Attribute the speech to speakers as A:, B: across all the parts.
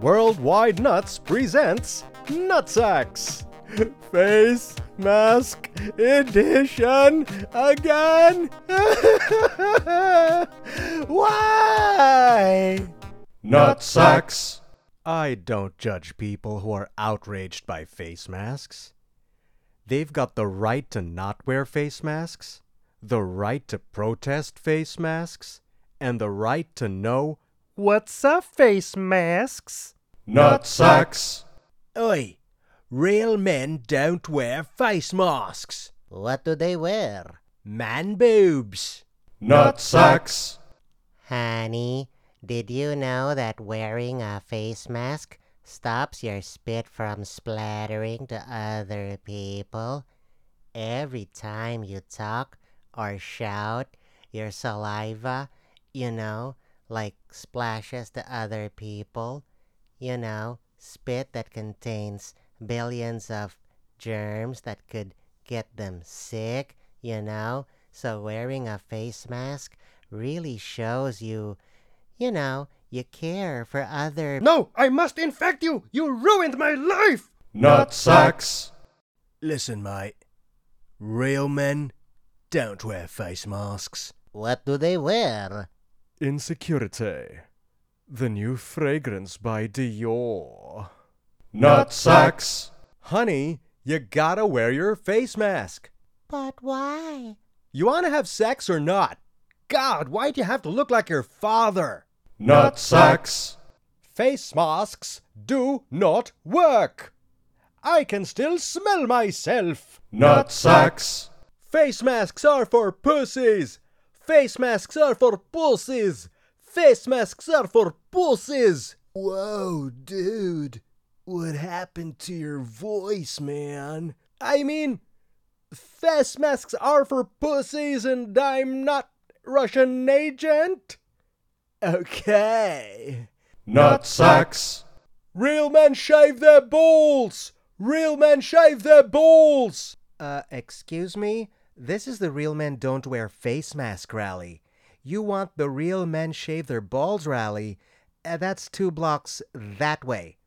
A: Worldwide Nuts presents Nutsacks! Face Mask Edition again! Why?
B: Nutsacks.
A: I don't judge people who are outraged by face masks. They've got the right to not wear face masks, the right to protest face masks, and the right to know what's up, face masks.
B: Nutsacks.
A: Oi, real men don't wear face masks.
C: What do they wear?
A: Man boobs.
B: Nutsacks.
C: Honey, did you know that wearing a face mask stops your spit from splattering to other people? Every time you talk or shout, your saliva, you know, like splashes to other people. You know, spit that contains billions of germs that could get them sick, you know? So wearing a face mask really shows you, you know, you care for other.
A: No, I must infect you. You ruined my life.
B: Nutsacks.
A: Listen, mate. Real men don't wear face masks.
C: What do they wear?
A: Insecurity. The new fragrance by Dior.
B: Nutsacks.
A: Honey, you gotta wear your face mask.
C: But why?
A: You wanna have sex or not? God, why do you have to look like your father?
B: Nutsacks.
A: Face masks do not work. I can still smell myself.
B: Nutsacks.
A: Face masks are for pussies. Face masks are for pussies. Face masks are for pussies. Whoa, dude. What happened to your voice, man? I mean, face masks are for pussies and I'm not Russian agent. Okay.
B: Nutsacks.
A: Real men shave their balls! Real men shave their balls! Uh, excuse me? This is the Real Men Don't Wear Face Mask rally. You want the Real Men Shave Their Balls rally? Uh, that's two blocks that way.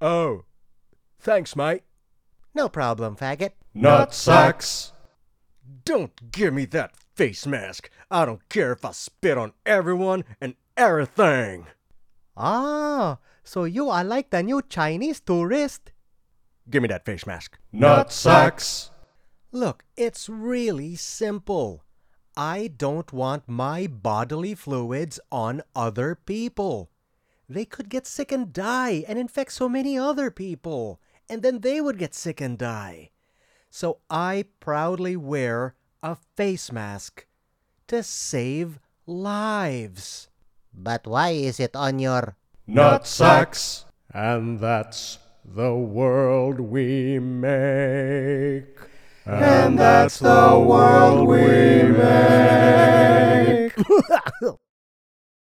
A: Oh. Thanks, mate.
C: No problem, faggot.
B: Nutsacks.
A: Don't give me that face mask. I don't care if I spit on everyone and everything. Ah, so you are like the new Chinese tourist. Give me that face mask.
B: Nutsacks.
A: Look, it's really simple. I don't want my bodily fluids on other people. They could get sick and die and infect so many other people, and then they would get sick and die. So I proudly wear a face mask to save lives.
C: But why is it on your.
B: Nutsacks.
A: And that's the world we make.
B: And that's the world we make.